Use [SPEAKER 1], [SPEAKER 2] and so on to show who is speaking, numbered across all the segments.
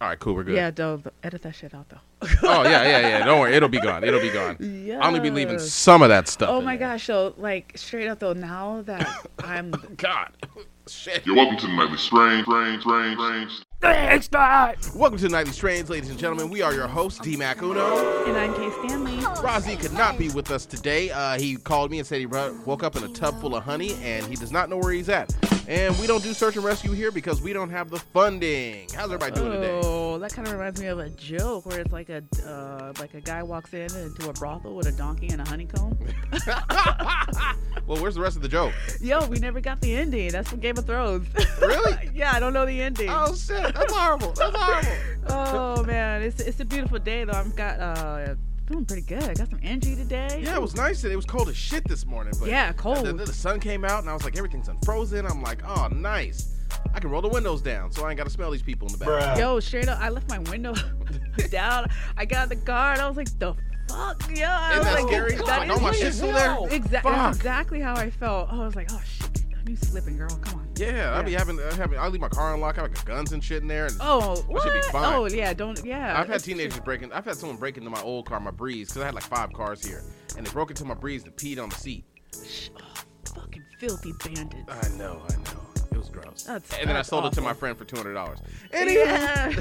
[SPEAKER 1] All right, cool. We're good.
[SPEAKER 2] Yeah, don't edit that shit out though.
[SPEAKER 1] Oh yeah, yeah, yeah. Don't worry, it'll be gone. It'll be gone. I'll only be leaving some of that stuff.
[SPEAKER 2] Oh
[SPEAKER 1] in
[SPEAKER 2] my
[SPEAKER 1] there.
[SPEAKER 2] gosh! So like straight up though, now that I'm
[SPEAKER 1] God. Shit.
[SPEAKER 3] You're welcome to the nightly strange, strange, strange, strange.
[SPEAKER 1] Welcome to Nightly Strains, ladies and gentlemen. We are your hosts, D Mac Uno.
[SPEAKER 2] and I'm K Stanley.
[SPEAKER 1] Rozzy could not be with us today. Uh, he called me and said he ru- woke up in a tub full of honey and he does not know where he's at. And we don't do search and rescue here because we don't have the funding. How's everybody doing today?
[SPEAKER 2] Oh, that kind of reminds me of a joke where it's like a uh, like a guy walks in into a brothel with a donkey and a honeycomb.
[SPEAKER 1] Well, where's the rest of the joke?
[SPEAKER 2] Yo, we never got the ending. That's from Game of Thrones.
[SPEAKER 1] Really?
[SPEAKER 2] yeah, I don't know the ending.
[SPEAKER 1] Oh shit, that's horrible. That's horrible.
[SPEAKER 2] Oh, man, it's it's a beautiful day though. I've got uh feeling pretty good. I got some energy today.
[SPEAKER 1] Yeah, it was nice today. It was cold as shit this morning, but
[SPEAKER 2] Yeah, cold.
[SPEAKER 1] The, the- the sun came out and I was like, everything's unfrozen. I'm like, oh nice. I can roll the windows down so I ain't gotta smell these people in the back.
[SPEAKER 2] Yo, straight up, I left my window down. I got out the car and I was like, the fuck, yo. I
[SPEAKER 1] Isn't
[SPEAKER 2] was
[SPEAKER 1] that
[SPEAKER 2] like,
[SPEAKER 1] scary?
[SPEAKER 2] "That
[SPEAKER 1] Like,
[SPEAKER 2] is
[SPEAKER 1] all my
[SPEAKER 2] what
[SPEAKER 1] shit's
[SPEAKER 2] it
[SPEAKER 1] still there?
[SPEAKER 2] is." Exactly.
[SPEAKER 1] Fuck.
[SPEAKER 2] That's exactly how I felt. Oh, I was like, oh shit, I knew slipping, girl. Come on.
[SPEAKER 1] Yeah, I'd be having, I'd having, I leave my car unlocked. I got guns and shit in there. And
[SPEAKER 2] Oh, what?
[SPEAKER 1] should be fine.
[SPEAKER 2] Oh yeah, don't yeah.
[SPEAKER 1] I've had
[SPEAKER 2] it's-
[SPEAKER 1] teenagers breaking. I've had someone break into my old car, my Breeze, because I had like five cars here, and they broke into my Breeze and peed on the seat.
[SPEAKER 2] Shh, oh, fucking filthy bandits.
[SPEAKER 1] I know, I know, it was gross.
[SPEAKER 2] That's-
[SPEAKER 1] and then I
[SPEAKER 2] that's
[SPEAKER 1] sold it to
[SPEAKER 2] awful.
[SPEAKER 1] my friend for two hundred dollars.
[SPEAKER 2] yeah.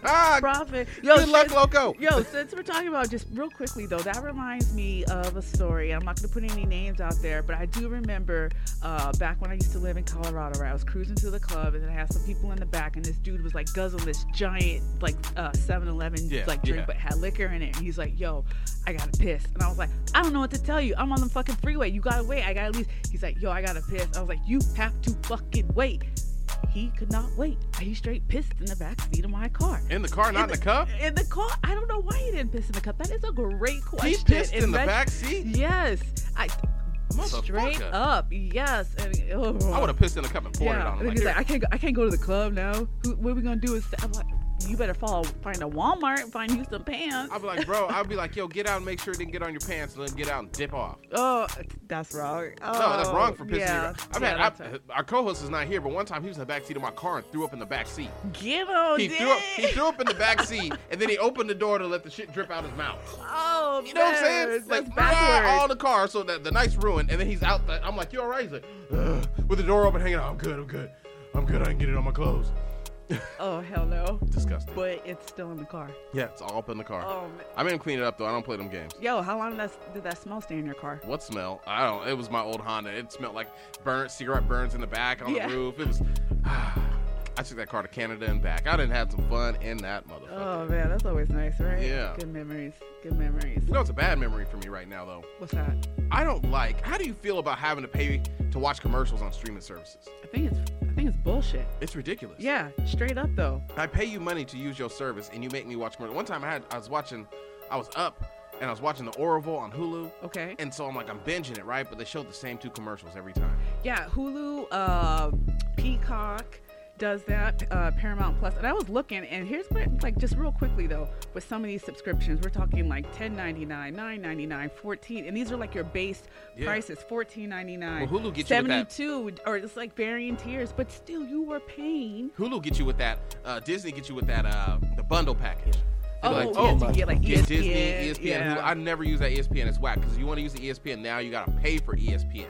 [SPEAKER 2] Profit. Yo,
[SPEAKER 1] Good luck,
[SPEAKER 2] since-
[SPEAKER 1] Loco.
[SPEAKER 2] Yo, since we're talking about just real quickly though, that reminds me of a story. I'm not going to put any names out there, but I do remember uh, back when I used to live in Colorado, right? I was cruising to the club and then I had some people in the back, and this dude was like guzzling this giant like uh, 7-Eleven
[SPEAKER 1] Yeah,
[SPEAKER 2] like drink,
[SPEAKER 1] yeah.
[SPEAKER 2] but had liquor in it. And he's like, "Yo, I gotta piss," and I was like, "I don't know what to tell you. I'm on the fucking freeway. You gotta wait. I gotta leave." He's like, "Yo, I gotta piss." I was like, "You have to fucking wait." He could not wait. He straight pissed in the back seat of my car.
[SPEAKER 1] In the car, not in the, cup.
[SPEAKER 2] In the car, I don't know why he didn't piss in the cup. That is a great
[SPEAKER 1] He
[SPEAKER 2] question.
[SPEAKER 1] pissed in the
[SPEAKER 2] ret-
[SPEAKER 1] back seat.
[SPEAKER 2] Yes, I straight
[SPEAKER 1] Motherfucker.
[SPEAKER 2] up. Yes, and oh,
[SPEAKER 1] I would have pissed in the cup and poured
[SPEAKER 2] yeah.
[SPEAKER 1] it on him.
[SPEAKER 2] And
[SPEAKER 1] Like,
[SPEAKER 2] he's
[SPEAKER 1] "Here."
[SPEAKER 2] like, I can't, go, I can't go to the club now. Who, what are we gonna do? Is I'm like, you better follow, find a Walmart, and find you some pants.
[SPEAKER 1] I'd be like, bro, I'd be like, yo, get out and make sure it didn't get on your pants and let him get out and dip off.
[SPEAKER 2] oh, that's wrong. Oh,
[SPEAKER 1] No, that's wrong for pissing.
[SPEAKER 2] yeah.
[SPEAKER 1] your I've
[SPEAKER 2] yeah,
[SPEAKER 1] had,
[SPEAKER 2] that's
[SPEAKER 1] I,
[SPEAKER 2] right.
[SPEAKER 1] our co-host is not here, but one time he was in the backseat of my car and threw up in the backseat.
[SPEAKER 2] Get on,
[SPEAKER 1] He
[SPEAKER 2] dick.
[SPEAKER 1] threw up. He threw up in the back seat, and then he opened the door to let the shit drip out his mouth.
[SPEAKER 2] Oh,
[SPEAKER 1] You know what I'm saying?
[SPEAKER 2] man,
[SPEAKER 1] like
[SPEAKER 2] that's
[SPEAKER 1] rah,
[SPEAKER 2] backwards.
[SPEAKER 1] all the cars, so that the night's ruined. And then he's out. The, I'm like, you all right? He's like, "Ugh," with the door open, hanging out. I'm good. I'm good. I'm good. I can get it on my clothes.
[SPEAKER 2] oh hell no!
[SPEAKER 1] Disgusting.
[SPEAKER 2] But it's still in the car.
[SPEAKER 1] Yeah, it's all up in the car.
[SPEAKER 2] Oh man.
[SPEAKER 1] I made him clean it up though. I don't play them games.
[SPEAKER 2] Yo, how long did that, did that smell stay in your car?
[SPEAKER 1] What smell? I don't. It was my old Honda. It smelled like burnt cigarette burns in the back on
[SPEAKER 2] Yeah.
[SPEAKER 1] the roof. It was. I took that car to Canada and back. I didn't have some fun in that motherfucker.
[SPEAKER 2] Oh man, that's always nice, right?
[SPEAKER 1] Yeah.
[SPEAKER 2] Good memories. Good memories.
[SPEAKER 1] you know, it's a bad memory for me right now though.
[SPEAKER 2] What's that?
[SPEAKER 1] I don't like. How do you feel about having to pay to watch commercials on streaming services?
[SPEAKER 2] I think it's I think it's bullshit.
[SPEAKER 1] It's ridiculous.
[SPEAKER 2] Yeah, straight up though.
[SPEAKER 1] I pay you money to use your service, and you make me watch commercials. One time, I had I was watching, I was up, and I was watching the Orville on Hulu,
[SPEAKER 2] Okay.
[SPEAKER 1] and so I'm like, I'm binging it, right? But they showed the same two commercials every time.
[SPEAKER 2] Yeah, Hulu, um, Peacock does that, uh, Paramount Plus. And I was looking, and here's what, like, just real quickly though, with some of these subscriptions, we're talking like $10.99, $9.99, 14 and these are like your base
[SPEAKER 1] Yeah.
[SPEAKER 2] prices, $14.99.
[SPEAKER 1] Well, Hulu gets you with that-
[SPEAKER 2] 72 or it's like varying tiers, but still you were paying.
[SPEAKER 1] Hulu gets you with that. Uh, Disney gets you with that. Uh, the bundle package. They're
[SPEAKER 2] Oh, yeah, so you get, like, E
[SPEAKER 1] Disney, E
[SPEAKER 2] ESPN,
[SPEAKER 1] ESPN.
[SPEAKER 2] yeah.
[SPEAKER 1] Hulu. I never use that E ESPN. It's whack because you want to use the E ESPN now, you gotta pay for E ESPN.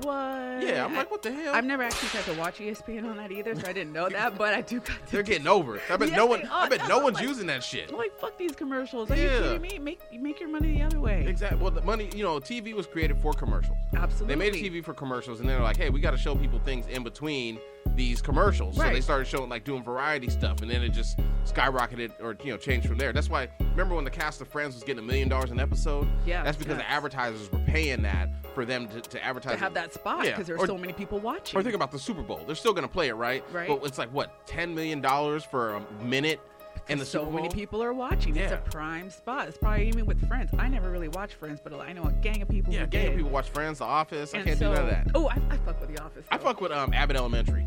[SPEAKER 2] What?
[SPEAKER 1] Yeah, I'm like, what the hell?
[SPEAKER 2] I've never actually tried to watch E ESPN on that either, so I didn't know that. But I do got to.
[SPEAKER 1] They're getting over it. I bet
[SPEAKER 2] Yeah,
[SPEAKER 1] no one.
[SPEAKER 2] they
[SPEAKER 1] I
[SPEAKER 2] are.
[SPEAKER 1] bet
[SPEAKER 2] That's
[SPEAKER 1] no
[SPEAKER 2] what
[SPEAKER 1] one's
[SPEAKER 2] I'm like-
[SPEAKER 1] using that shit.
[SPEAKER 2] I'm like, fuck these commercials. Are
[SPEAKER 1] Yeah.
[SPEAKER 2] you kidding me? Make make your money the other way.
[SPEAKER 1] Exactly. Well, the money, you know, TV was created for commercials.
[SPEAKER 2] Absolutely.
[SPEAKER 1] They made a TV for commercials, and they're like, hey, we got to show people things in between these commercials. So they
[SPEAKER 2] Right.
[SPEAKER 1] started showing like doing variety stuff, and then it just skyrocketed or you know changed from there. That's why remember when the cast of Friends was getting a million dollars an episode?
[SPEAKER 2] Yeah,
[SPEAKER 1] That's because
[SPEAKER 2] nuts.
[SPEAKER 1] the advertisers were paying that for them to, to advertise.
[SPEAKER 2] to have
[SPEAKER 1] it.
[SPEAKER 2] that spot
[SPEAKER 1] Yeah,
[SPEAKER 2] because there are
[SPEAKER 1] or-
[SPEAKER 2] so many people watching.
[SPEAKER 1] Or think about the Super Bowl. They're still gonna play it, right?
[SPEAKER 2] Right.
[SPEAKER 1] But it's like what ten million dollars for a minute, and the
[SPEAKER 2] so
[SPEAKER 1] Super
[SPEAKER 2] many
[SPEAKER 1] Bowl?
[SPEAKER 2] people are watching. It's
[SPEAKER 1] Yeah.
[SPEAKER 2] a prime spot. It's probably even with friends. I never really watched Friends, but I know a gang of people.
[SPEAKER 1] Yeah,
[SPEAKER 2] who
[SPEAKER 1] a gang of
[SPEAKER 2] did.
[SPEAKER 1] people watch Friends, The Office. I
[SPEAKER 2] And
[SPEAKER 1] can't
[SPEAKER 2] so,
[SPEAKER 1] do none of that.
[SPEAKER 2] Oh, I, I fuck with The Office.
[SPEAKER 1] I
[SPEAKER 2] though.
[SPEAKER 1] fuck with um Abbott Elementary.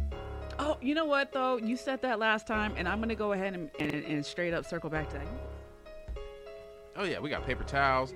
[SPEAKER 2] Oh, you know what though? You said that last time, and I'm gonna go ahead and, and, and straight up circle back to that.
[SPEAKER 1] Oh yeah, we got paper towels.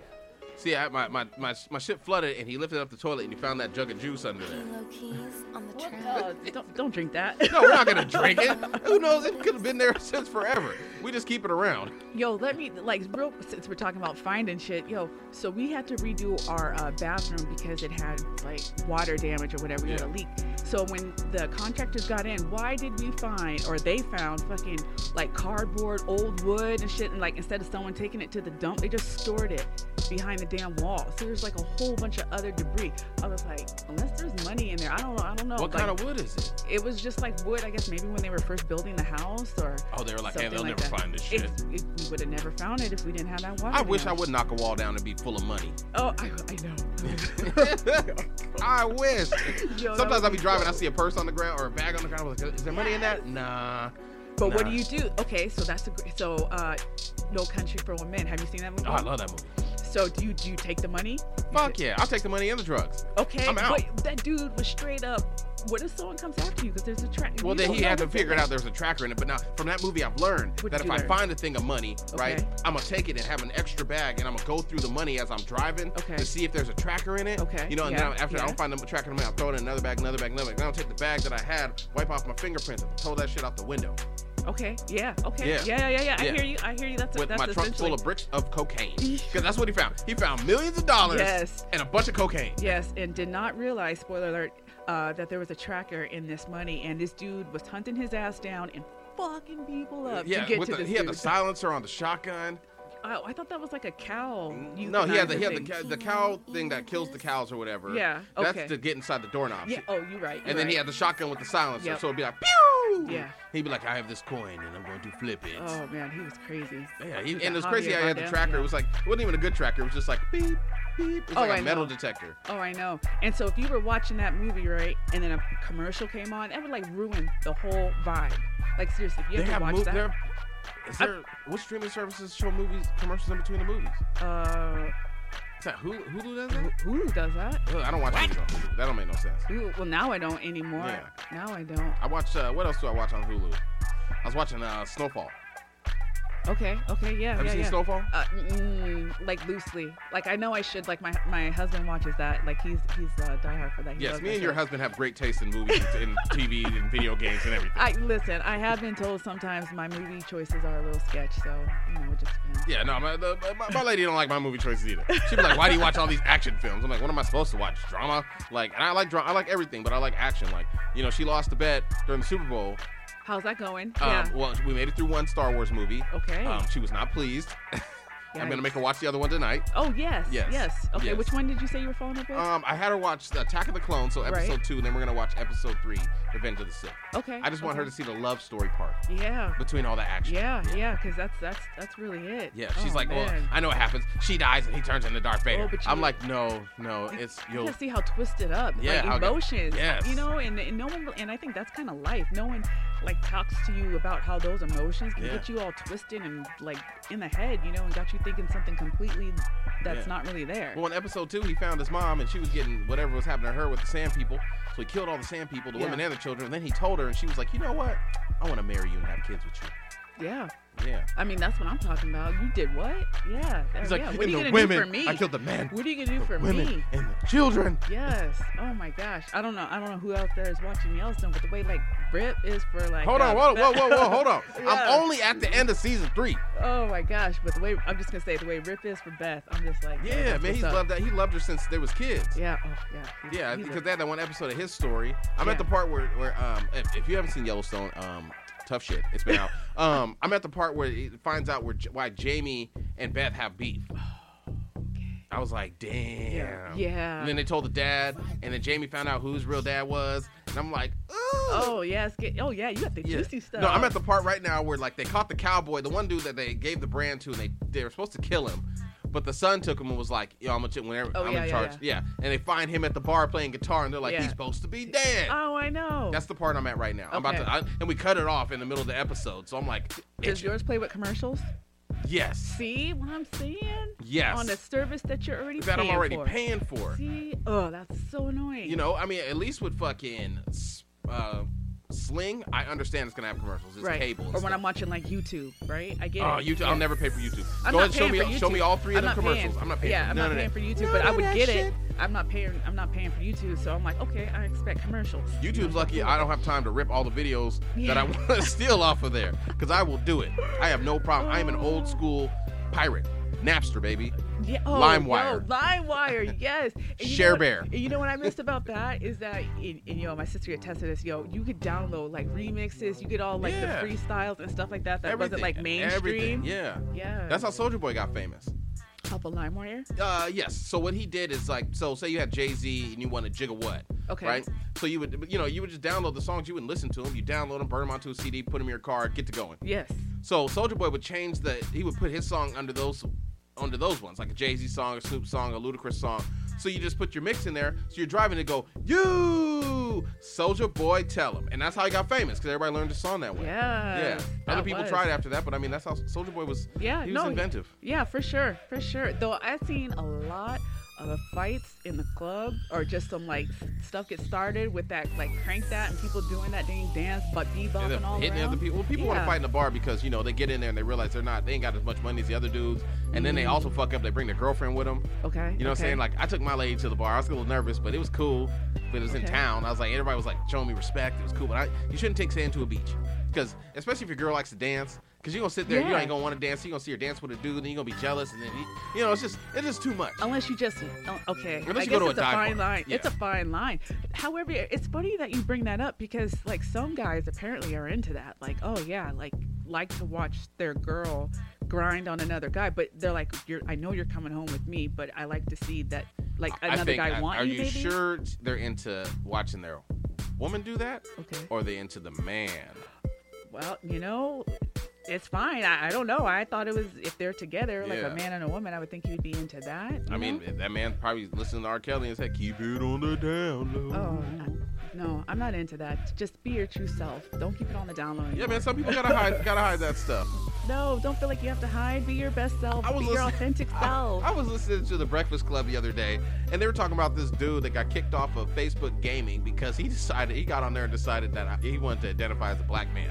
[SPEAKER 1] See, I, my, my, my, my shit flooded, and he lifted up the toilet and he found that jug of juice under there.
[SPEAKER 4] Low keys on the
[SPEAKER 2] What?
[SPEAKER 4] trail.
[SPEAKER 2] Uh, don't, don't drink that.
[SPEAKER 1] No, we're not gonna drink it. Who knows? It could have been there since forever. We just keep it around.
[SPEAKER 2] Yo, let me like real since we're talking about finding shit. Yo, so we had to redo our uh, bathroom because it had like water damage or whatever. We had a
[SPEAKER 1] Yeah.
[SPEAKER 2] leak. So when the contractors got in, why did we find or they found fucking like cardboard, old wood and shit? And like instead of someone taking it to the dump, they just stored it behind the damn wall. So there's like a whole bunch of other debris. I was like, unless there's money in there, I don't know. I don't know.
[SPEAKER 1] What
[SPEAKER 2] Oh, Like,
[SPEAKER 1] kind of wood is it?
[SPEAKER 2] It was just like wood. I guess maybe when they were first building the house or.
[SPEAKER 1] Oh, they were like, hey,
[SPEAKER 2] Something
[SPEAKER 1] they'll
[SPEAKER 2] like
[SPEAKER 1] never
[SPEAKER 2] that.
[SPEAKER 1] find this
[SPEAKER 2] It,
[SPEAKER 1] shit.
[SPEAKER 2] it, we would have never found it if we didn't have that water.
[SPEAKER 1] I wish I
[SPEAKER 2] damage.
[SPEAKER 1] would knock a wall down and be full of money.
[SPEAKER 2] Oh, I, I know.
[SPEAKER 1] I wish.
[SPEAKER 2] Yo, that
[SPEAKER 1] Sometimes
[SPEAKER 2] would
[SPEAKER 1] I'll be
[SPEAKER 2] be
[SPEAKER 1] driving,
[SPEAKER 2] dope.
[SPEAKER 1] I see a purse on the ground or a bag on the ground. I'm like, is there money in that? Nah.
[SPEAKER 2] But what
[SPEAKER 1] Nah.
[SPEAKER 2] do you do? Okay, so that's the gr- so uh, No Country for Old Men. Have you seen that movie?
[SPEAKER 1] Oh, I love that movie.
[SPEAKER 2] So do you do you take the money?
[SPEAKER 1] Fuck yeah. I'll take the money and the drugs.
[SPEAKER 2] Okay,
[SPEAKER 1] I'm out.
[SPEAKER 2] but that dude was straight up. What if someone comes after you? Because there's a track.
[SPEAKER 1] Well, then he had to figure it out. There's a tracker in it. But now, from that movie, I've learned
[SPEAKER 2] What
[SPEAKER 1] that
[SPEAKER 2] did
[SPEAKER 1] if
[SPEAKER 2] you
[SPEAKER 1] I
[SPEAKER 2] learn?
[SPEAKER 1] find a thing of money, right,
[SPEAKER 2] Okay.
[SPEAKER 1] I'm gonna take it and have an extra bag, and I'm gonna go through the money as I'm driving
[SPEAKER 2] Okay.
[SPEAKER 1] to see if there's a tracker in it.
[SPEAKER 2] Okay,
[SPEAKER 1] You know, and
[SPEAKER 2] yeah,
[SPEAKER 1] then after I
[SPEAKER 2] yeah.
[SPEAKER 1] don't find the tracker in the money, I'll throw it in another bag, another bag, another bag. Then I'll take the bag that I had, wipe off my fingerprints, and throw that shit out the window
[SPEAKER 2] Okay, yeah, okay,
[SPEAKER 1] Yeah.
[SPEAKER 2] yeah, yeah, yeah. yeah. I
[SPEAKER 1] Yeah.
[SPEAKER 2] hear you. I hear you. That's
[SPEAKER 1] with
[SPEAKER 2] that's
[SPEAKER 1] my trunk full
[SPEAKER 2] essentially-
[SPEAKER 1] of bricks of cocaine. Because that's what he found. He found millions of dollars
[SPEAKER 2] Yes.
[SPEAKER 1] and a bunch of cocaine.
[SPEAKER 2] Yes, and did not realize, spoiler alert, uh, that there was a tracker in this money, and this dude was hunting his ass down and fucking people up
[SPEAKER 1] Yeah,
[SPEAKER 2] to get
[SPEAKER 1] with
[SPEAKER 2] to
[SPEAKER 1] the,
[SPEAKER 2] this
[SPEAKER 1] he had the
[SPEAKER 2] dude.
[SPEAKER 1] silencer on the shotgun.
[SPEAKER 2] oh, I thought that was like a cow.
[SPEAKER 1] Mm, no, he had the he had the,
[SPEAKER 2] euthanizer
[SPEAKER 1] ca-
[SPEAKER 2] thing.
[SPEAKER 1] the cow thing that kills the cows or whatever.
[SPEAKER 2] Yeah, okay.
[SPEAKER 1] That's to get inside the doorknob.
[SPEAKER 2] Yeah.
[SPEAKER 1] shit.
[SPEAKER 2] Oh, you're right.
[SPEAKER 1] And then he had the shotgun with the silencer,
[SPEAKER 2] Yep.
[SPEAKER 1] so it'd be like pew.
[SPEAKER 2] Yeah.
[SPEAKER 1] He'd be like, I have this coin and I'm going to flip it.
[SPEAKER 2] Oh man, he was crazy.
[SPEAKER 1] yeah, he,
[SPEAKER 2] was
[SPEAKER 1] and it
[SPEAKER 2] a
[SPEAKER 1] was crazy.
[SPEAKER 2] hobby
[SPEAKER 1] how he had the
[SPEAKER 2] about
[SPEAKER 1] tracker.
[SPEAKER 2] that,
[SPEAKER 1] It was like it wasn't even a good tracker. It was just like beep beep. It's
[SPEAKER 2] Oh,
[SPEAKER 1] like
[SPEAKER 2] I
[SPEAKER 1] a
[SPEAKER 2] know.
[SPEAKER 1] metal detector.
[SPEAKER 2] Oh, I know. And so if you were watching that movie, right, and then a commercial came on, that would like ruin the whole vibe. Like seriously, if you
[SPEAKER 1] they
[SPEAKER 2] have to
[SPEAKER 1] have
[SPEAKER 2] watch
[SPEAKER 1] mo-
[SPEAKER 2] that.
[SPEAKER 1] they're- Is
[SPEAKER 2] I-
[SPEAKER 1] there what streaming services show movies commercials in between the movies?
[SPEAKER 2] Uh,
[SPEAKER 1] Is that Hulu? Hulu does that?
[SPEAKER 2] who does that?
[SPEAKER 1] Ugh, I don't watch movies on Hulu. That don't make no sense.
[SPEAKER 2] Ooh, well, now I don't anymore.
[SPEAKER 1] Yeah.
[SPEAKER 2] Now I don't.
[SPEAKER 1] I watch. Uh, what else do I watch on Hulu? I was watching uh, Snowfall.
[SPEAKER 2] Okay. Okay. Yeah.
[SPEAKER 1] Have you
[SPEAKER 2] yeah,
[SPEAKER 1] seen
[SPEAKER 2] yeah.
[SPEAKER 1] Snowfall?
[SPEAKER 2] Uh, mm, like loosely. Like I know I should. Like my my husband watches that. Like he's he's uh, diehard for that. He
[SPEAKER 1] Yes,
[SPEAKER 2] loves
[SPEAKER 1] me
[SPEAKER 2] that
[SPEAKER 1] and your
[SPEAKER 2] show.
[SPEAKER 1] husband have great taste in movies and TV and video games and everything.
[SPEAKER 2] I listen. I have been told sometimes my movie choices are a little sketch. So you know, it just depends.
[SPEAKER 1] Yeah, no, my, the, my, my lady don't like my movie choices either. She'd be like, "Why do you watch all these action films?" I'm like, "What am I supposed to watch? Drama? Like, and I like drama. I like everything, but I like action. Like, you know, she lost the bet during the Super Bowl.
[SPEAKER 2] How's that going?
[SPEAKER 1] Um,
[SPEAKER 2] yeah.
[SPEAKER 1] Well, we made it through one Star Wars movie.
[SPEAKER 2] Okay.
[SPEAKER 1] Um, she was not pleased. I'm gonna
[SPEAKER 2] Yikes.
[SPEAKER 1] make her watch the other one tonight.
[SPEAKER 2] Oh yes.
[SPEAKER 1] Yes,
[SPEAKER 2] Yes. Okay.
[SPEAKER 1] yes.
[SPEAKER 2] Which one did you say you were following up with?
[SPEAKER 1] Um, I had her watch the Attack of the Clones, so episode
[SPEAKER 2] Right.
[SPEAKER 1] two, and then we're gonna watch episode three, Revenge of the Sith.
[SPEAKER 2] okay.
[SPEAKER 1] I just want her to see the love story part
[SPEAKER 2] to. Yeah.
[SPEAKER 1] between all the action.
[SPEAKER 2] Yeah. Yeah. Because that's that's that's really it.
[SPEAKER 1] Yeah, she's
[SPEAKER 2] Oh,
[SPEAKER 1] like, well,
[SPEAKER 2] man.
[SPEAKER 1] I know what happens. She dies and he turns into Darth Vader.
[SPEAKER 2] Oh, but you-
[SPEAKER 1] I'm like, no, no, it's
[SPEAKER 2] you
[SPEAKER 1] you'll.
[SPEAKER 2] gotta see how twisted up,
[SPEAKER 1] Yeah, how
[SPEAKER 2] like
[SPEAKER 1] it got-
[SPEAKER 2] emotions,
[SPEAKER 1] Yes.
[SPEAKER 2] you know, and, and no one, and I think that's kind of life. No one like talks to you about how those emotions can
[SPEAKER 1] Yeah.
[SPEAKER 2] get you all twisted and like in the head, you know, and got you thinking something completely that's
[SPEAKER 1] Yeah.
[SPEAKER 2] not really there.
[SPEAKER 1] Well, in episode two, he found his mom and she was getting whatever was happening to her with the sand people. So he killed all the sand people, the women
[SPEAKER 2] Yeah.
[SPEAKER 1] and the children. And then he told her, and she was like, you know what? I want to marry you and have kids with you.
[SPEAKER 2] yeah,
[SPEAKER 1] Yeah.
[SPEAKER 2] I mean that's what I'm talking about. You did what? Yeah, that-
[SPEAKER 1] He's like,
[SPEAKER 2] Oh, yeah.
[SPEAKER 1] and
[SPEAKER 2] What are you
[SPEAKER 1] the
[SPEAKER 2] gonna
[SPEAKER 1] women,
[SPEAKER 2] do for me?
[SPEAKER 1] I killed the men.
[SPEAKER 2] What are you gonna do
[SPEAKER 1] the
[SPEAKER 2] for
[SPEAKER 1] women
[SPEAKER 2] me?
[SPEAKER 1] and the children.
[SPEAKER 2] Yes. Oh my gosh. I don't know. I don't know who out there is watching Yellowstone, but the way like Rip is for like.
[SPEAKER 1] Hold on,
[SPEAKER 2] uh,
[SPEAKER 1] whoa, whoa, whoa, whoa, hold on.
[SPEAKER 2] Yeah.
[SPEAKER 1] I'm only at the end of season three.
[SPEAKER 2] Oh my gosh. But the way I'm just gonna say the way Rip is for Beth, I'm just like. oh,
[SPEAKER 1] Yeah, man,
[SPEAKER 2] that's what's
[SPEAKER 1] he's
[SPEAKER 2] up.
[SPEAKER 1] loved that. He loved her since they was kids.
[SPEAKER 2] Yeah. Oh yeah. he's-
[SPEAKER 1] Yeah,
[SPEAKER 2] he's a-
[SPEAKER 1] because they had that one episode of his story. I'm at
[SPEAKER 2] Yeah.
[SPEAKER 1] the part where, where um, if, if you haven't seen Yellowstone, um, tough shit. It's been out. um, I'm at the part where it finds out where J- why Jamie and Beth have beef. I was like, damn.
[SPEAKER 2] Yeah.
[SPEAKER 1] And then they told the dad, and then Jamie found out who his real dad was, and I'm like, ooh.
[SPEAKER 2] Oh yes. Get, oh yeah. You got the
[SPEAKER 1] Yeah.
[SPEAKER 2] juicy stuff.
[SPEAKER 1] No, I'm at the part right now where like they caught the cowboy, the one dude that they gave the brand to, and they they were supposed to kill him, but the son took him and was like, "Yo, I'm gonna whenever
[SPEAKER 2] Oh,
[SPEAKER 1] I'm
[SPEAKER 2] yeah,
[SPEAKER 1] in
[SPEAKER 2] yeah,
[SPEAKER 1] charge." Yeah. and they find him at the bar playing guitar, and they're like,
[SPEAKER 2] Yeah.
[SPEAKER 1] "He's supposed to be dead."
[SPEAKER 2] Oh, I know.
[SPEAKER 1] That's the part I'm at right now. I'm about
[SPEAKER 2] Okay.
[SPEAKER 1] to, I, and we cut it off in the middle of the episode, so I'm like,
[SPEAKER 2] Does
[SPEAKER 1] itching.
[SPEAKER 2] yours play with commercials?
[SPEAKER 1] yes,
[SPEAKER 2] See what I'm saying?
[SPEAKER 1] Yes.
[SPEAKER 2] On a service that you're already
[SPEAKER 1] that I'm
[SPEAKER 2] paying
[SPEAKER 1] already
[SPEAKER 2] for.
[SPEAKER 1] paying for."
[SPEAKER 2] See? Oh, that's so annoying.
[SPEAKER 1] You know, I mean, at least with fucking uh, Sling, I understand it's gonna have commercials. It's
[SPEAKER 2] right.
[SPEAKER 1] cable. it's
[SPEAKER 2] or when
[SPEAKER 1] the-
[SPEAKER 2] I'm watching like YouTube, right? I get
[SPEAKER 1] Oh,
[SPEAKER 2] it.
[SPEAKER 1] YouTube!
[SPEAKER 2] Yeah.
[SPEAKER 1] I'll never pay for YouTube.
[SPEAKER 2] I'm
[SPEAKER 1] Go
[SPEAKER 2] not
[SPEAKER 1] ahead, show
[SPEAKER 2] paying
[SPEAKER 1] me,
[SPEAKER 2] for
[SPEAKER 1] show me
[SPEAKER 2] YouTube.
[SPEAKER 1] all three of
[SPEAKER 2] I'm
[SPEAKER 1] the
[SPEAKER 2] not
[SPEAKER 1] commercials.
[SPEAKER 2] paying.
[SPEAKER 1] I'm not paying.
[SPEAKER 2] Yeah, I'm
[SPEAKER 1] no,
[SPEAKER 2] not
[SPEAKER 1] no,
[SPEAKER 2] paying
[SPEAKER 1] no.
[SPEAKER 2] for YouTube, but I would get it. I'm not paying. I'm not paying for YouTube, so I'm like, okay, I expect commercials.
[SPEAKER 1] YouTube's lucky I don't have time to rip all the videos that I
[SPEAKER 2] Yeah.
[SPEAKER 1] want to steal off of there because I will do it. I have no problem. I am an old school pirate. Napster, baby.
[SPEAKER 2] Yeah, oh,
[SPEAKER 1] LimeWire.
[SPEAKER 2] Yo, LimeWire, yes. And you know
[SPEAKER 1] Share
[SPEAKER 2] what-
[SPEAKER 1] Bear.
[SPEAKER 2] and You know what I missed about that is that, in, and yo, my sister had tested this. Yo, you could download like remixes, you get all like
[SPEAKER 1] Yeah.
[SPEAKER 2] the freestyles and stuff like that that wasn't like mainstream. Uh.
[SPEAKER 1] Everything. Yeah.
[SPEAKER 2] Yeah.
[SPEAKER 1] That's how Soldier Boy got famous.
[SPEAKER 2] Off of LimeWire.
[SPEAKER 1] Uh, yes. So what he did is like, so say you had Jay Z and you wanted Gigawatt,
[SPEAKER 2] Okay.
[SPEAKER 1] right? So you would, you know, you would just download the songs, you wouldn't listen to them, you download them, burn them onto a CD, put them in your car, get to going.
[SPEAKER 2] Yes.
[SPEAKER 1] So Soldier Boy would change the he would put his song under those under those ones, like a Jay Z song, a Snoop song, a Ludacris song. So you just put your mix in there. So you're driving and go, you Soldier Boy, tell him, and that's how he got famous because everybody learned his song that way.
[SPEAKER 2] Yeah.
[SPEAKER 1] yeah. Other people tried after that, but I mean that's how Soldier Boy was.
[SPEAKER 2] Yeah,
[SPEAKER 1] he was
[SPEAKER 2] no,
[SPEAKER 1] inventive.
[SPEAKER 2] Yeah, for sure, for sure. Though I've seen a lot of fights in the club, or just some like stuff get started with that like crank that and people doing that dang dance, but bebop
[SPEAKER 1] And
[SPEAKER 2] and all
[SPEAKER 1] then hitting
[SPEAKER 2] around.
[SPEAKER 1] other people. Well, people want to
[SPEAKER 2] Yeah.
[SPEAKER 1] fight in the bar because you know they get in there and they realize they're not, they ain't got as much money as the other dudes, and then they also fuck up. They bring their girlfriend with them.
[SPEAKER 2] Mm-hmm. Okay.
[SPEAKER 1] You know what I'm
[SPEAKER 2] okay.
[SPEAKER 1] saying? Like I took my lady to the bar. I was a little nervous, but it was cool. But it was in
[SPEAKER 2] Okay.
[SPEAKER 1] town. I was like, everybody was like showing me respect. It was cool. But I, you shouldn't take sand to a beach, because especially if your girl likes to dance, because you're gonna sit there, you
[SPEAKER 2] Yeah.
[SPEAKER 1] ain't gonna want to dance. You're gonna see her dance with a dude, and you're gonna be jealous, and then he, you know it's just it's just too much.
[SPEAKER 2] Unless you just oh, okay.
[SPEAKER 1] Unless
[SPEAKER 2] I
[SPEAKER 1] you
[SPEAKER 2] guess
[SPEAKER 1] go to a
[SPEAKER 2] it's a,
[SPEAKER 1] dive
[SPEAKER 2] fine
[SPEAKER 1] bar.
[SPEAKER 2] line. It's
[SPEAKER 1] Yeah.
[SPEAKER 2] a fine line. However, it's funny that you bring that up because like some guys apparently are into that. Like, oh yeah, like like to watch their girl grind on another guy, but they're like, you're, I know you're coming home with me, but I like to see that like
[SPEAKER 1] I- I
[SPEAKER 2] another
[SPEAKER 1] think-
[SPEAKER 2] guy
[SPEAKER 1] I-
[SPEAKER 2] want
[SPEAKER 1] Are
[SPEAKER 2] you,
[SPEAKER 1] you
[SPEAKER 2] baby.
[SPEAKER 1] sure they're into watching their woman do that,
[SPEAKER 2] Okay.
[SPEAKER 1] or are they into the man?
[SPEAKER 2] Well, you know, it's fine. I, I don't know. I thought it was if they're together, like
[SPEAKER 1] Yeah.
[SPEAKER 2] a man and a woman, I would think you'd be into that. you
[SPEAKER 1] I
[SPEAKER 2] know?
[SPEAKER 1] mean, that man probably listening to R. Kelly and said, "Keep it on the down low."
[SPEAKER 2] Oh, I- no, I'm not into that. Just be your true self. Don't keep it on the down low.
[SPEAKER 1] Yeah,
[SPEAKER 2] anymore.
[SPEAKER 1] man. Some people gotta hide, gotta hide that stuff.
[SPEAKER 2] No, don't feel like you have to hide. Be your best self.
[SPEAKER 1] I was
[SPEAKER 2] be your
[SPEAKER 1] listen-
[SPEAKER 2] authentic self.
[SPEAKER 1] I was listening to the Breakfast Club the other day, and they were talking about this dude that got kicked off of Facebook Gaming because he decided he got on there and decided that he wanted to identify as a black man.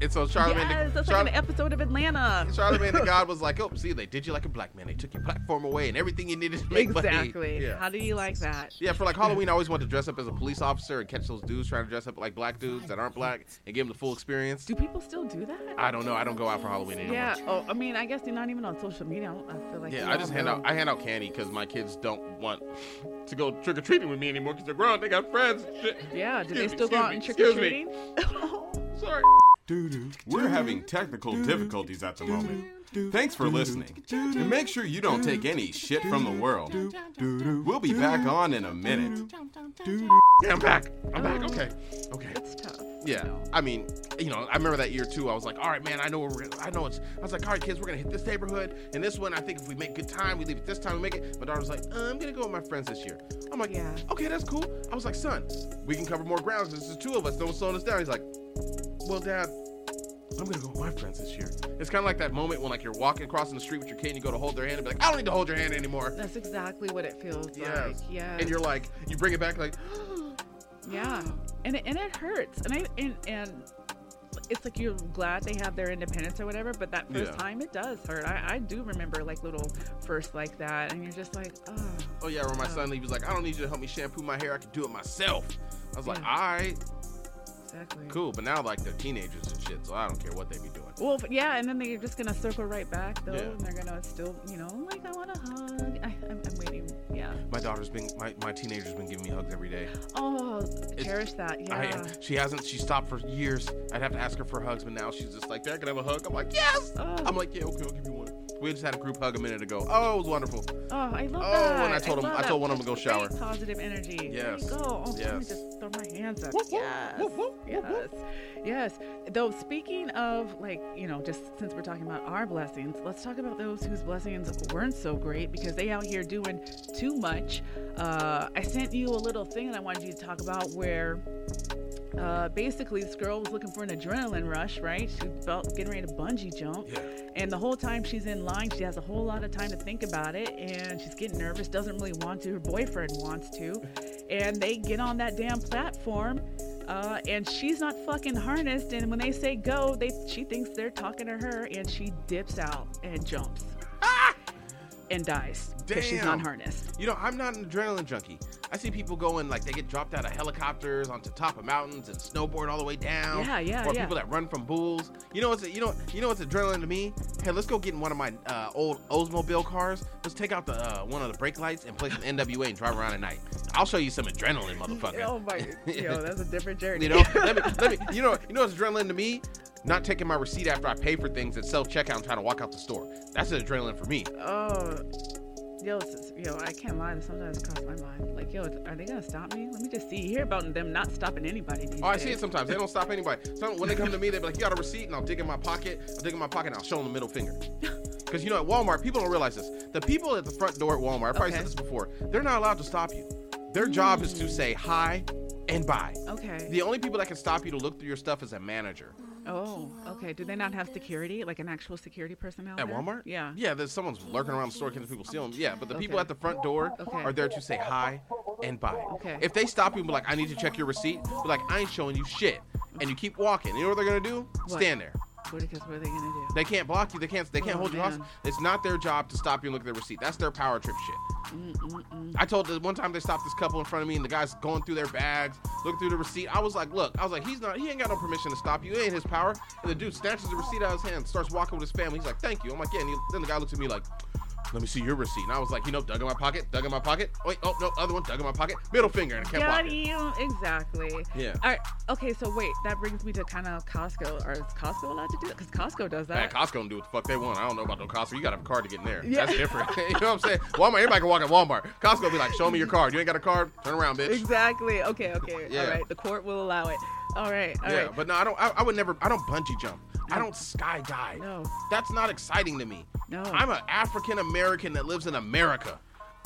[SPEAKER 1] And so Charlemagne,
[SPEAKER 2] yes,
[SPEAKER 1] the,
[SPEAKER 2] that's
[SPEAKER 1] Charle-
[SPEAKER 2] like an episode of Atlanta.
[SPEAKER 1] Charlemagne the God was like, "Oh, see, they did you like a black man. They took your platform away and everything you needed to make money."
[SPEAKER 2] Exactly.
[SPEAKER 1] Yeah.
[SPEAKER 2] How do you like that?
[SPEAKER 1] Yeah, for like Halloween, I always wanted to dress up as a police officer and catch those dudes trying to dress up like black dudes that aren't black and give them the full experience.
[SPEAKER 2] Do people still do that?
[SPEAKER 1] I don't know. I don't go out for Halloween anymore.
[SPEAKER 2] yeah. Oh, I mean, I guess they're not even on social media. I, don't, I feel like.
[SPEAKER 1] Yeah,
[SPEAKER 2] we
[SPEAKER 1] I
[SPEAKER 2] all
[SPEAKER 1] just hand
[SPEAKER 2] know.
[SPEAKER 1] out I hand out candy because my kids don't want to go trick or treating with me anymore because they're grown, they got friends. and Shit.
[SPEAKER 2] Yeah. Do they
[SPEAKER 1] Excuse me,
[SPEAKER 2] still go out and
[SPEAKER 1] excuse
[SPEAKER 2] trick
[SPEAKER 1] me,
[SPEAKER 2] or
[SPEAKER 1] excuse
[SPEAKER 2] treating?
[SPEAKER 1] Sorry.
[SPEAKER 4] We're having technical difficulties at the moment. Thanks for listening. And make sure you don't take any shit from the world. We'll be back on in a minute.
[SPEAKER 1] Yeah, I'm back. I'm back. Okay. Okay.
[SPEAKER 2] That's tough.
[SPEAKER 1] Yeah. I mean, you know, I remember that year too. I was like, all right, man, I know where we're gonna, I know it's. I was like, all right, kids, we're gonna hit this neighborhood and this one. I think if we make good time, we leave it this time, we make it. My daughter was like, uh, I'm gonna go with my friends this year. I'm like, yeah.
[SPEAKER 2] Yeah.
[SPEAKER 1] Okay, that's cool. I was like, son, we can cover more grounds. This is two of us. No one's slowing us down. He's like, well, dad, I'm gonna go with my friends this year. It's kind of like that moment when like you're walking crossing the street with your kid and you go to hold their hand and be like, I don't need to hold your hand anymore.
[SPEAKER 2] That's exactly what it feels like.
[SPEAKER 1] Yes.
[SPEAKER 2] Yeah.
[SPEAKER 1] And you're like, you bring it back like,
[SPEAKER 2] Yeah, and it, and it hurts, and I and, and it's like you're glad they have their independence or whatever, but that first
[SPEAKER 1] Yeah.
[SPEAKER 2] time it does hurt. I, I do remember like little first like that, and you're just like, oh,
[SPEAKER 1] oh yeah. When my son, he was like, I don't need you to help me shampoo my hair. I can do it myself. I was like,
[SPEAKER 2] Yeah.
[SPEAKER 1] all right,
[SPEAKER 2] exactly.
[SPEAKER 1] cool. But now like they're teenagers and shit, so I don't care what they be doing.
[SPEAKER 2] Well, f- yeah, and then they're just gonna circle right back though,
[SPEAKER 1] Yeah.
[SPEAKER 2] and they're gonna still, you know, "Oh like I want a hug. I, I'm, I'm waiting. Yeah.
[SPEAKER 1] My daughter's been, my, my teenager's been giving me hugs every day.
[SPEAKER 2] Oh, cherish that. Yeah.
[SPEAKER 1] I, she hasn't. She stopped for years. I'd have to ask her for hugs, but now she's just like, "Dad, can I have a hug?" I'm like, "Yes."
[SPEAKER 2] Oh.
[SPEAKER 1] I'm like, "Yeah, okay, I'll give you one." We just had a group hug a minute ago. Oh, it was wonderful.
[SPEAKER 2] Oh, I love
[SPEAKER 1] Oh,
[SPEAKER 2] that.
[SPEAKER 1] and I told him-
[SPEAKER 2] love
[SPEAKER 1] I told
[SPEAKER 2] that.
[SPEAKER 1] one of 'em to go
[SPEAKER 2] Great
[SPEAKER 1] shower.
[SPEAKER 2] Positive energy. There
[SPEAKER 1] Yes.
[SPEAKER 2] you go. Oh, let me
[SPEAKER 1] Yes.
[SPEAKER 2] just throw my hands up.
[SPEAKER 1] Whoop, whoop,
[SPEAKER 2] yes.
[SPEAKER 1] whoop, whoop, whoop,
[SPEAKER 2] yes.
[SPEAKER 1] whoop.
[SPEAKER 2] Yes. Though speaking of like, you know, just since we're talking about our blessings, let's talk about those whose blessings weren't so great because they out here doing too much. Uh, I sent you a little thing that I wanted you to talk about where uh, basically this girl was looking for an adrenaline rush, right? She felt getting ready to bungee jump.
[SPEAKER 1] Yeah.
[SPEAKER 2] And the whole time she's in line, she has a whole lot of time to think about it, and she's getting nervous, doesn't really want to. Her boyfriend wants to, and they get on that damn platform. uh, and she's not fucking harnessed. And when they say go, they she thinks they're talking to her, and she dips out and jumps and dies because she's
[SPEAKER 1] Ah! Damn.
[SPEAKER 2] not harnessed.
[SPEAKER 1] You know, I'm not an adrenaline junkie. I see people going like they get dropped out of helicopters onto top of mountains and snowboard all the way down.
[SPEAKER 2] Yeah, yeah,
[SPEAKER 1] Or
[SPEAKER 2] yeah.
[SPEAKER 1] people that run from bulls. You know what's you know you know what's adrenaline to me? Hey, let's go get in one of my uh, old Oldsmobile cars. Let's take out the uh, one of the brake lights and play some NWA and drive around at night. I'll show you some adrenaline, motherfucker.
[SPEAKER 2] Oh my, yo, that's a different journey.
[SPEAKER 1] You know, let me, let me, you know, you know what's adrenaline to me? Not taking my receipt after I pay for things at self checkout and trying to walk out the store. That's an adrenaline for me.
[SPEAKER 2] oh, yo, it's- it's- yo, I can't lie. This sometimes crosses my mind. Like, yo, are they gonna stop me? Let me just see. You hear about them not stopping anybody these
[SPEAKER 1] Oh, I
[SPEAKER 2] days.
[SPEAKER 1] see it sometimes. They don't stop anybody. So when they come to me, they be like, "You got a receipt?" And I'll dig in my pocket. I'll dig in my pocket and I'll show them the middle finger. Because you know, at Walmart, people don't realize this. The people at the front door at Walmart, I probably
[SPEAKER 2] Okay. Mm.
[SPEAKER 1] said this before, they're not allowed to stop you. Their job is to say hi and bye.
[SPEAKER 2] Okay.
[SPEAKER 1] The only people that can stop you to look through your stuff is a manager
[SPEAKER 2] Oh, okay. Do they not have security, like an actual security personnel
[SPEAKER 1] at
[SPEAKER 2] there?
[SPEAKER 1] Walmart.
[SPEAKER 2] Yeah.
[SPEAKER 1] yeah. There's someone's lurking around the store, can people steal them? Yeah, but the people
[SPEAKER 2] Okay.
[SPEAKER 1] at the front door
[SPEAKER 2] Okay.
[SPEAKER 1] are there to say hi and bye.
[SPEAKER 2] Okay.
[SPEAKER 1] If they stop you and be like, "I need to check your receipt," be like, "I ain't showing you shit," and you keep walking. You know what they're gonna do?
[SPEAKER 2] What?
[SPEAKER 1] Stand there.
[SPEAKER 2] What, because what are they gonna do?
[SPEAKER 1] They can't block you. They can't. They can't
[SPEAKER 2] Oh,
[SPEAKER 1] hold you
[SPEAKER 2] man.
[SPEAKER 1] hostage. It's not their job to stop you and look at their receipt. That's their power trip shit. I told the one time they stopped this couple in front of me, and the guy's going through their bags, looking through the receipt. I was like, "Look, I was like, he's not. He ain't got no permission to stop you. It ain't his power." And the dude snatches the receipt out of his hand, starts walking with his family. He's like, "Thank you." I'm like, "Yeah." And he, then the guy looks at me like. Let me see your receipt. And I was like, you know, dug in my pocket, dug in my pocket. Wait, oh no, other one, dug in my pocket, middle finger, and I kept
[SPEAKER 2] Got
[SPEAKER 1] walking.
[SPEAKER 2] you exactly.
[SPEAKER 1] Yeah.
[SPEAKER 2] All right. Okay. So wait, that brings me to kind of Costco. Or is Costco allowed to do that? Because Costco does
[SPEAKER 1] Man,
[SPEAKER 2] that.
[SPEAKER 1] Costco can do what the fuck they want. I don't know about no Costco. You gotta have a card to get in there.
[SPEAKER 2] Yeah.
[SPEAKER 1] That's different. you know what I'm saying? Walmart, everybody can walk at Walmart. Costco be like, show me your card. You ain't got a card? Turn around, bitch.
[SPEAKER 2] exactly. Okay. Okay.
[SPEAKER 1] Yeah.
[SPEAKER 2] All right. The court will allow it. All right. all right.
[SPEAKER 1] yeah, but no, I don't. I, I would never. I don't bungee jump. I don't skydive.
[SPEAKER 2] No.
[SPEAKER 1] that's not exciting to me.
[SPEAKER 2] No.
[SPEAKER 1] I'm an African American that lives in America.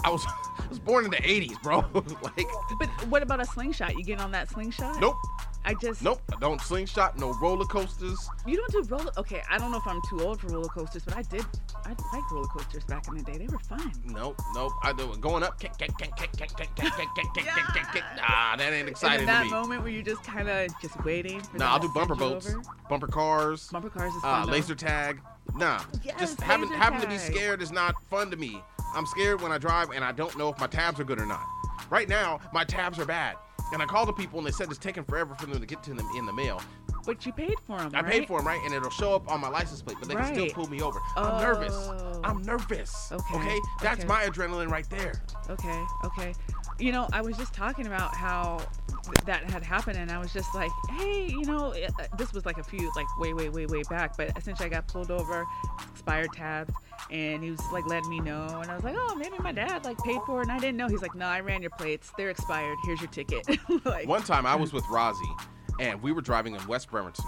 [SPEAKER 1] I was I was born in the '80s, bro. like,
[SPEAKER 2] But what about a slingshot? You get on that slingshot?
[SPEAKER 1] nope,
[SPEAKER 2] I just
[SPEAKER 1] nope. I don't slingshot. No roller coasters.
[SPEAKER 2] You don't do roller. Okay, I don't know if I'm too old for roller coasters, but I did. I like roller coasters back in the day. They were fun.
[SPEAKER 1] Nope, nope. I do going up. kick, kick, kick, kick, kick, kick, kick, kick, kick, kick, kick, kick. Nah, that ain't
[SPEAKER 2] And
[SPEAKER 1] exciting
[SPEAKER 2] in
[SPEAKER 1] to
[SPEAKER 2] that
[SPEAKER 1] me.
[SPEAKER 2] moment where you're just kind of just waiting.
[SPEAKER 1] No,
[SPEAKER 2] for them
[SPEAKER 1] I'll
[SPEAKER 2] to
[SPEAKER 1] do bumper
[SPEAKER 2] send you
[SPEAKER 1] boats,
[SPEAKER 2] over.
[SPEAKER 1] bumper cars,
[SPEAKER 2] Bumper cars is fun.
[SPEAKER 1] uh,
[SPEAKER 2] though.
[SPEAKER 1] laser tag. Nah,
[SPEAKER 2] Yes,
[SPEAKER 1] just having
[SPEAKER 2] laser
[SPEAKER 1] having to be
[SPEAKER 2] tag.
[SPEAKER 1] scared is not fun to me. I'm scared when I drive and I don't know if my tabs are good or not. Right now, my tabs are bad, and I called the people and they said it's taking forever for them to get to them in the mail.
[SPEAKER 2] But you paid for them.
[SPEAKER 1] I paid for them right, and it'll show up on my license plate, but they can still
[SPEAKER 2] Right.
[SPEAKER 1] pull me over. I'm nervous.
[SPEAKER 2] Oh.
[SPEAKER 1] I'm nervous.
[SPEAKER 2] Okay,
[SPEAKER 1] that's
[SPEAKER 2] okay.
[SPEAKER 1] my adrenaline right there.
[SPEAKER 2] Okay, okay. You know, I was just talking about how th- that had happened, and I was just like, hey, you know, it, uh, this was like a few, like way, way, way, way back, but essentially I got pulled over, expired tabs, and he was like letting me know, and I was like, oh, maybe my dad like paid for it, and I didn't know. He's like, no, I ran your plates, they're expired, here's your ticket. like,
[SPEAKER 1] One time I was with Rozzy, and we were driving in West Bremerton,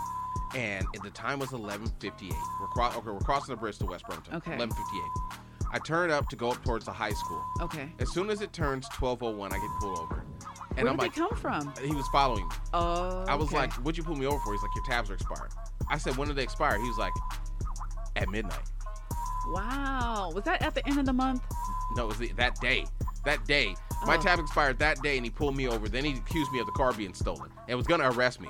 [SPEAKER 1] and at the time was 11:58. We're cro- okay, we're crossing the bridge to West Bremerton.
[SPEAKER 2] Okay.
[SPEAKER 1] 11:58. I turn up to go up towards the high school.
[SPEAKER 2] Okay.
[SPEAKER 1] As soon as it turns 12:01, I get pulled over, and
[SPEAKER 2] Where
[SPEAKER 1] I'm
[SPEAKER 2] did
[SPEAKER 1] like,
[SPEAKER 2] they come from?
[SPEAKER 1] he was following me.
[SPEAKER 2] Oh,
[SPEAKER 1] I was
[SPEAKER 2] okay.
[SPEAKER 1] like, what'd you pull me over for? He's like, your tabs are expired. I said, when did they expire? He was like, at midnight.
[SPEAKER 2] wow. Was that at the end of the month?
[SPEAKER 1] No, it was the, that day. That day. My
[SPEAKER 2] Oh.
[SPEAKER 1] tab expired that day, and he pulled me over. Then he accused me of the car being stolen and was gonna arrest me.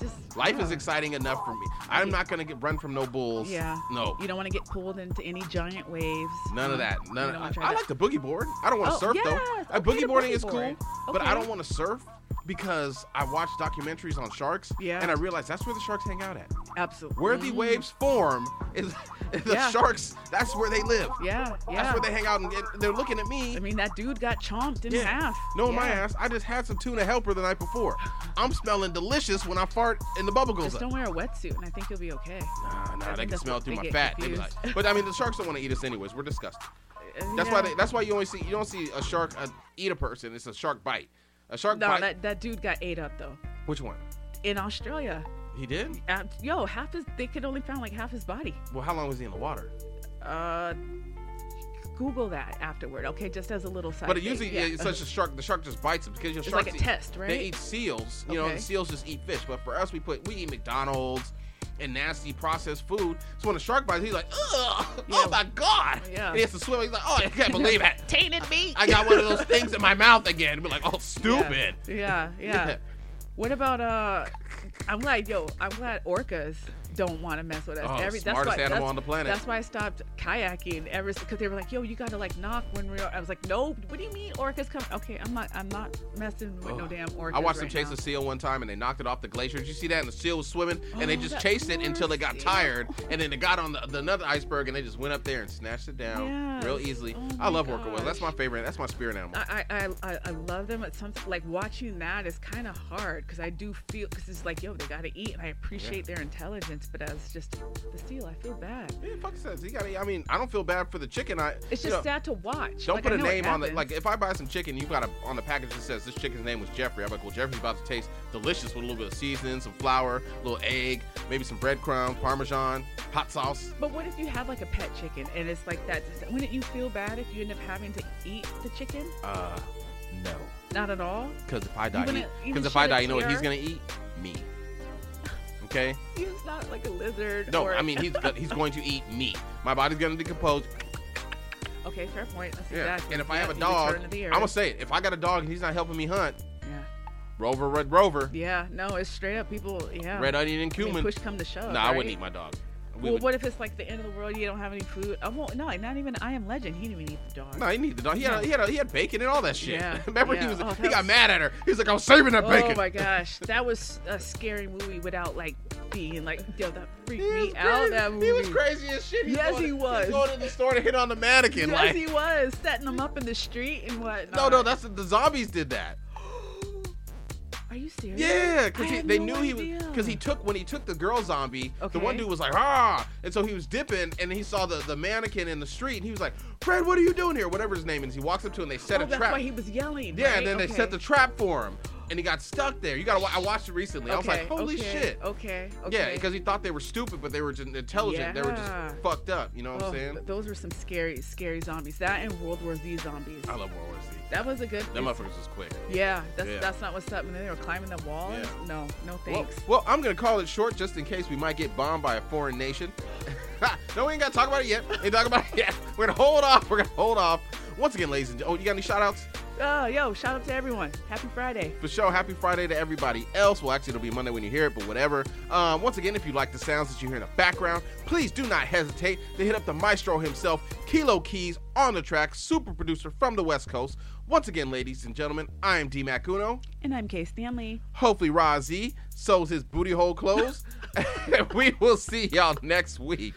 [SPEAKER 2] Just
[SPEAKER 1] Life is
[SPEAKER 2] yeah.
[SPEAKER 1] exciting enough for me. I'm not gonna get run from no bulls.
[SPEAKER 2] Yeah.
[SPEAKER 1] No.
[SPEAKER 2] You don't want to get pulled into any giant waves.
[SPEAKER 1] None of that. None.
[SPEAKER 2] of
[SPEAKER 1] Of, I, I like to boogie board. I don't want to
[SPEAKER 2] Oh,
[SPEAKER 1] surf
[SPEAKER 2] yes.
[SPEAKER 1] though. Uh,
[SPEAKER 2] Okay,
[SPEAKER 1] boogie
[SPEAKER 2] the
[SPEAKER 1] boarding
[SPEAKER 2] boogie
[SPEAKER 1] is cool,
[SPEAKER 2] board.
[SPEAKER 1] but I
[SPEAKER 2] Okay.
[SPEAKER 1] don't want to surf because I watch documentaries on sharks.
[SPEAKER 2] Yeah.
[SPEAKER 1] And I realize that's where the sharks hang out at.
[SPEAKER 2] Absolutely.
[SPEAKER 1] Where the waves form is the
[SPEAKER 2] Yeah.
[SPEAKER 1] sharks. That's where they live.
[SPEAKER 2] Yeah, yeah.
[SPEAKER 1] That's where they hang out and get, they're looking at me.
[SPEAKER 2] I mean, that dude got chomped in half.
[SPEAKER 1] No, my
[SPEAKER 2] Yeah.
[SPEAKER 1] ass. I just had some tuna helper the night before. I'm smelling delicious when I fart and the bubble goes
[SPEAKER 2] Just
[SPEAKER 1] up.
[SPEAKER 2] don't wear a wetsuit, and I think you'll be okay.
[SPEAKER 1] Nah, nah,
[SPEAKER 2] think
[SPEAKER 1] they can
[SPEAKER 2] that's
[SPEAKER 1] smell
[SPEAKER 2] what
[SPEAKER 1] through
[SPEAKER 2] they
[SPEAKER 1] my
[SPEAKER 2] get
[SPEAKER 1] fat. They be
[SPEAKER 2] confused.
[SPEAKER 1] like, but I mean, the sharks don't want to eat us anyways. We're disgusting. That's why. They, that's why you only see you don't see a shark uh, eat a person. It's a shark bite. A shark
[SPEAKER 2] No,
[SPEAKER 1] bite.
[SPEAKER 2] that, that dude got ate up though.
[SPEAKER 1] Which one?
[SPEAKER 2] In Australia,
[SPEAKER 1] He did.
[SPEAKER 2] Uh, yo, half his they could only found like half his body.
[SPEAKER 1] Well, how long was he in the water?
[SPEAKER 2] Uh, Google that afterward, okay? Just as a little side.
[SPEAKER 1] But it
[SPEAKER 2] thing.
[SPEAKER 1] usually,
[SPEAKER 2] yeah.
[SPEAKER 1] it's such a shark. The shark just bites him because your
[SPEAKER 2] It's
[SPEAKER 1] sharks
[SPEAKER 2] like a
[SPEAKER 1] eat-
[SPEAKER 2] test, right?
[SPEAKER 1] They eat seals. You know,
[SPEAKER 2] Okay.
[SPEAKER 1] the seals just eat fish. But for us, we put we eat McDonald's and nasty processed food. So when a shark bites, he's like, "Ugh, oh
[SPEAKER 2] Yeah.
[SPEAKER 1] my god!"
[SPEAKER 2] Yeah.
[SPEAKER 1] And he has to swim. He's like, "Oh, I can't believe it."
[SPEAKER 2] tainted meat.
[SPEAKER 1] I got one of those things in my mouth again. Be like, "Oh, stupid."
[SPEAKER 2] Yeah, yeah. yeah. What about uh? I'm glad, yo. I'm glad orcas don't want to mess with us.
[SPEAKER 1] Oh,
[SPEAKER 2] Every
[SPEAKER 1] smartest
[SPEAKER 2] that's why,
[SPEAKER 1] animal
[SPEAKER 2] that's-
[SPEAKER 1] on the planet.
[SPEAKER 2] That's why I stopped kayaking ever because they were like, yo, you gotta like knock when we're. I was like, no. What do you mean orcas come? Okay, I'm not. I'm not messing with no
[SPEAKER 1] Ugh.
[SPEAKER 2] damn orcas.
[SPEAKER 1] I watched
[SPEAKER 2] right
[SPEAKER 1] them chase
[SPEAKER 2] now.
[SPEAKER 1] a seal one time and they knocked it off the glacier. Did you see that? And the seal was swimming and they
[SPEAKER 2] Oh,
[SPEAKER 1] just
[SPEAKER 2] that
[SPEAKER 1] chased it until
[SPEAKER 2] poor
[SPEAKER 1] it got
[SPEAKER 2] seal.
[SPEAKER 1] tired and then it got on the, the another iceberg and they just went up there and snatched it down real
[SPEAKER 2] Yes.
[SPEAKER 1] easily.
[SPEAKER 2] Oh
[SPEAKER 1] I
[SPEAKER 2] my
[SPEAKER 1] love orca whales. That's my
[SPEAKER 2] gosh.
[SPEAKER 1] favorite. That's my spirit animal.
[SPEAKER 2] I, I, I, I love them. It's something like watching that is kind of hard because I do feel because it's like yo they gotta eat and I appreciate their intelligence, but as just the seal, I feel bad.
[SPEAKER 1] yeah, fuck says he got. I mean, I don't feel bad for the chicken. I
[SPEAKER 2] It's
[SPEAKER 1] you know,
[SPEAKER 2] just sad to watch.
[SPEAKER 1] Don't
[SPEAKER 2] Like,
[SPEAKER 1] put
[SPEAKER 2] I
[SPEAKER 1] a
[SPEAKER 2] know it
[SPEAKER 1] name on the like.
[SPEAKER 2] happens.
[SPEAKER 1] If I buy some chicken, you got a on the package that says this chicken's name was Jeffrey. I'm like, well, Jeffrey's about to taste delicious with a little bit of seasoning, some flour, a little egg, maybe some breadcrumbs, parmesan, hot sauce.
[SPEAKER 2] But what if you have like a pet chicken and it's like that? Wouldn't you feel bad if you end up having to eat the chicken?
[SPEAKER 1] Uh, no,
[SPEAKER 2] Not at all.
[SPEAKER 1] because if I die,
[SPEAKER 2] gonna- you
[SPEAKER 1] because
[SPEAKER 2] gonna
[SPEAKER 1] if I
[SPEAKER 2] shed a
[SPEAKER 1] die, you know what he's
[SPEAKER 2] tear?
[SPEAKER 1] gonna eat? Me. Okay.
[SPEAKER 2] It's not like a lizard.
[SPEAKER 1] No,
[SPEAKER 2] or-
[SPEAKER 1] I mean he's he's going to eat me. My body's gonna decompose.
[SPEAKER 2] Okay, fair point. That's
[SPEAKER 1] Yeah.
[SPEAKER 2] exactly.
[SPEAKER 1] And if I
[SPEAKER 2] Yeah,
[SPEAKER 1] have a
[SPEAKER 2] you
[SPEAKER 1] dog,
[SPEAKER 2] return to the
[SPEAKER 1] I'm gonna
[SPEAKER 2] earth.
[SPEAKER 1] say it. If I got a dog and he's not helping me hunt,
[SPEAKER 2] Yeah.
[SPEAKER 1] Rover, Red Rover,
[SPEAKER 2] Yeah. No, it's straight up people. Yeah.
[SPEAKER 1] Red Onion, and
[SPEAKER 2] I mean,
[SPEAKER 1] Cumin.
[SPEAKER 2] Push come to shove.
[SPEAKER 1] No, I wouldn't
[SPEAKER 2] right?
[SPEAKER 1] eat my dog. We
[SPEAKER 2] Well,
[SPEAKER 1] would-
[SPEAKER 2] what if it's like the end of the world? You don't have any food. I won't. No, not even I am Legend. He didn't even eat the dog.
[SPEAKER 1] No, he needed the dog. He had, he had, he had bacon and all that shit.
[SPEAKER 2] Yeah,
[SPEAKER 1] Remember, he
[SPEAKER 2] yeah.
[SPEAKER 1] was
[SPEAKER 2] Oh,
[SPEAKER 1] he
[SPEAKER 2] that
[SPEAKER 1] got
[SPEAKER 2] was-
[SPEAKER 1] mad at her. He's like, "I'm saving that
[SPEAKER 2] oh
[SPEAKER 1] bacon."
[SPEAKER 2] my gosh, that was a scary movie without like being like yo, that freaked
[SPEAKER 1] He was,
[SPEAKER 2] me out.
[SPEAKER 1] crazy.
[SPEAKER 2] That movie.
[SPEAKER 1] he was crazy as shit. He's
[SPEAKER 2] Yes,
[SPEAKER 1] going
[SPEAKER 2] he
[SPEAKER 1] to- he's
[SPEAKER 2] was.
[SPEAKER 1] going to the store to hit on the mannequin.
[SPEAKER 2] Yes,
[SPEAKER 1] like,
[SPEAKER 2] he was setting them up in the street and whatnot.
[SPEAKER 1] no, no, that's the zombies did that.
[SPEAKER 2] Are you serious?
[SPEAKER 1] Yeah,
[SPEAKER 2] I
[SPEAKER 1] because
[SPEAKER 2] had
[SPEAKER 1] they
[SPEAKER 2] no
[SPEAKER 1] knew he was.
[SPEAKER 2] idea.
[SPEAKER 1] Because he took when he took the girl zombie, the one
[SPEAKER 2] Okay.
[SPEAKER 1] dude was like, "Ah!" And so he was dipping, and he saw the the mannequin in the street, and he was like, "Fred, what are you doing here?" Whatever his name is, he walks up to him. They set
[SPEAKER 2] oh,
[SPEAKER 1] a
[SPEAKER 2] that's
[SPEAKER 1] trap.
[SPEAKER 2] why he was yelling.
[SPEAKER 1] Yeah,
[SPEAKER 2] right?
[SPEAKER 1] and then they
[SPEAKER 2] Okay.
[SPEAKER 1] set the trap for him, and he got stuck there. You gotta. wa- I watched it recently. I was like,
[SPEAKER 2] Okay,
[SPEAKER 1] "Holy
[SPEAKER 2] okay,
[SPEAKER 1] shit!"
[SPEAKER 2] Okay. okay.
[SPEAKER 1] Yeah, because he thought they were stupid, but they were just intelligent. They were
[SPEAKER 2] Yeah.
[SPEAKER 1] just fucked up. You know what
[SPEAKER 2] Oh,
[SPEAKER 1] I'm saying?
[SPEAKER 2] th- those were some scary, scary zombies. That and World War Z zombies.
[SPEAKER 1] I love World War Z.
[SPEAKER 2] That was a good.
[SPEAKER 1] Them motherfuckers was quick.
[SPEAKER 2] Yeah, that's
[SPEAKER 1] Yeah.
[SPEAKER 2] that's not what's up. And then they were climbing the walls.
[SPEAKER 1] Yeah.
[SPEAKER 2] No, no
[SPEAKER 1] Well,
[SPEAKER 2] thanks.
[SPEAKER 1] well, I'm gonna call it short just in case we might get bombed by a foreign nation. no, we ain't gotta talk about it yet. Ain't talk about it yet. We're gonna hold off. We're gonna hold off. Once again, ladies and oh, you got any shout outs?
[SPEAKER 2] Oh, yo, shout out to everyone. Happy Friday.
[SPEAKER 1] for sure. Happy Friday to everybody else. Well, actually, it'll be Monday when you hear it, but whatever. Um, once again, if you like the sounds that you hear in the background, please do not hesitate to hit up the maestro himself, Kilo Keys, on the track, super producer from the West Coast. Once again, ladies and gentlemen, I am D Mac Uno.
[SPEAKER 2] And I'm Kay Stanley.
[SPEAKER 1] Hopefully, Razi sews his booty hole closed. we will see y'all next week.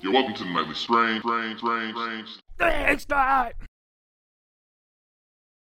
[SPEAKER 3] You're welcome to the nightly strange, strange, strange, strange.
[SPEAKER 5] Thanks, Dot!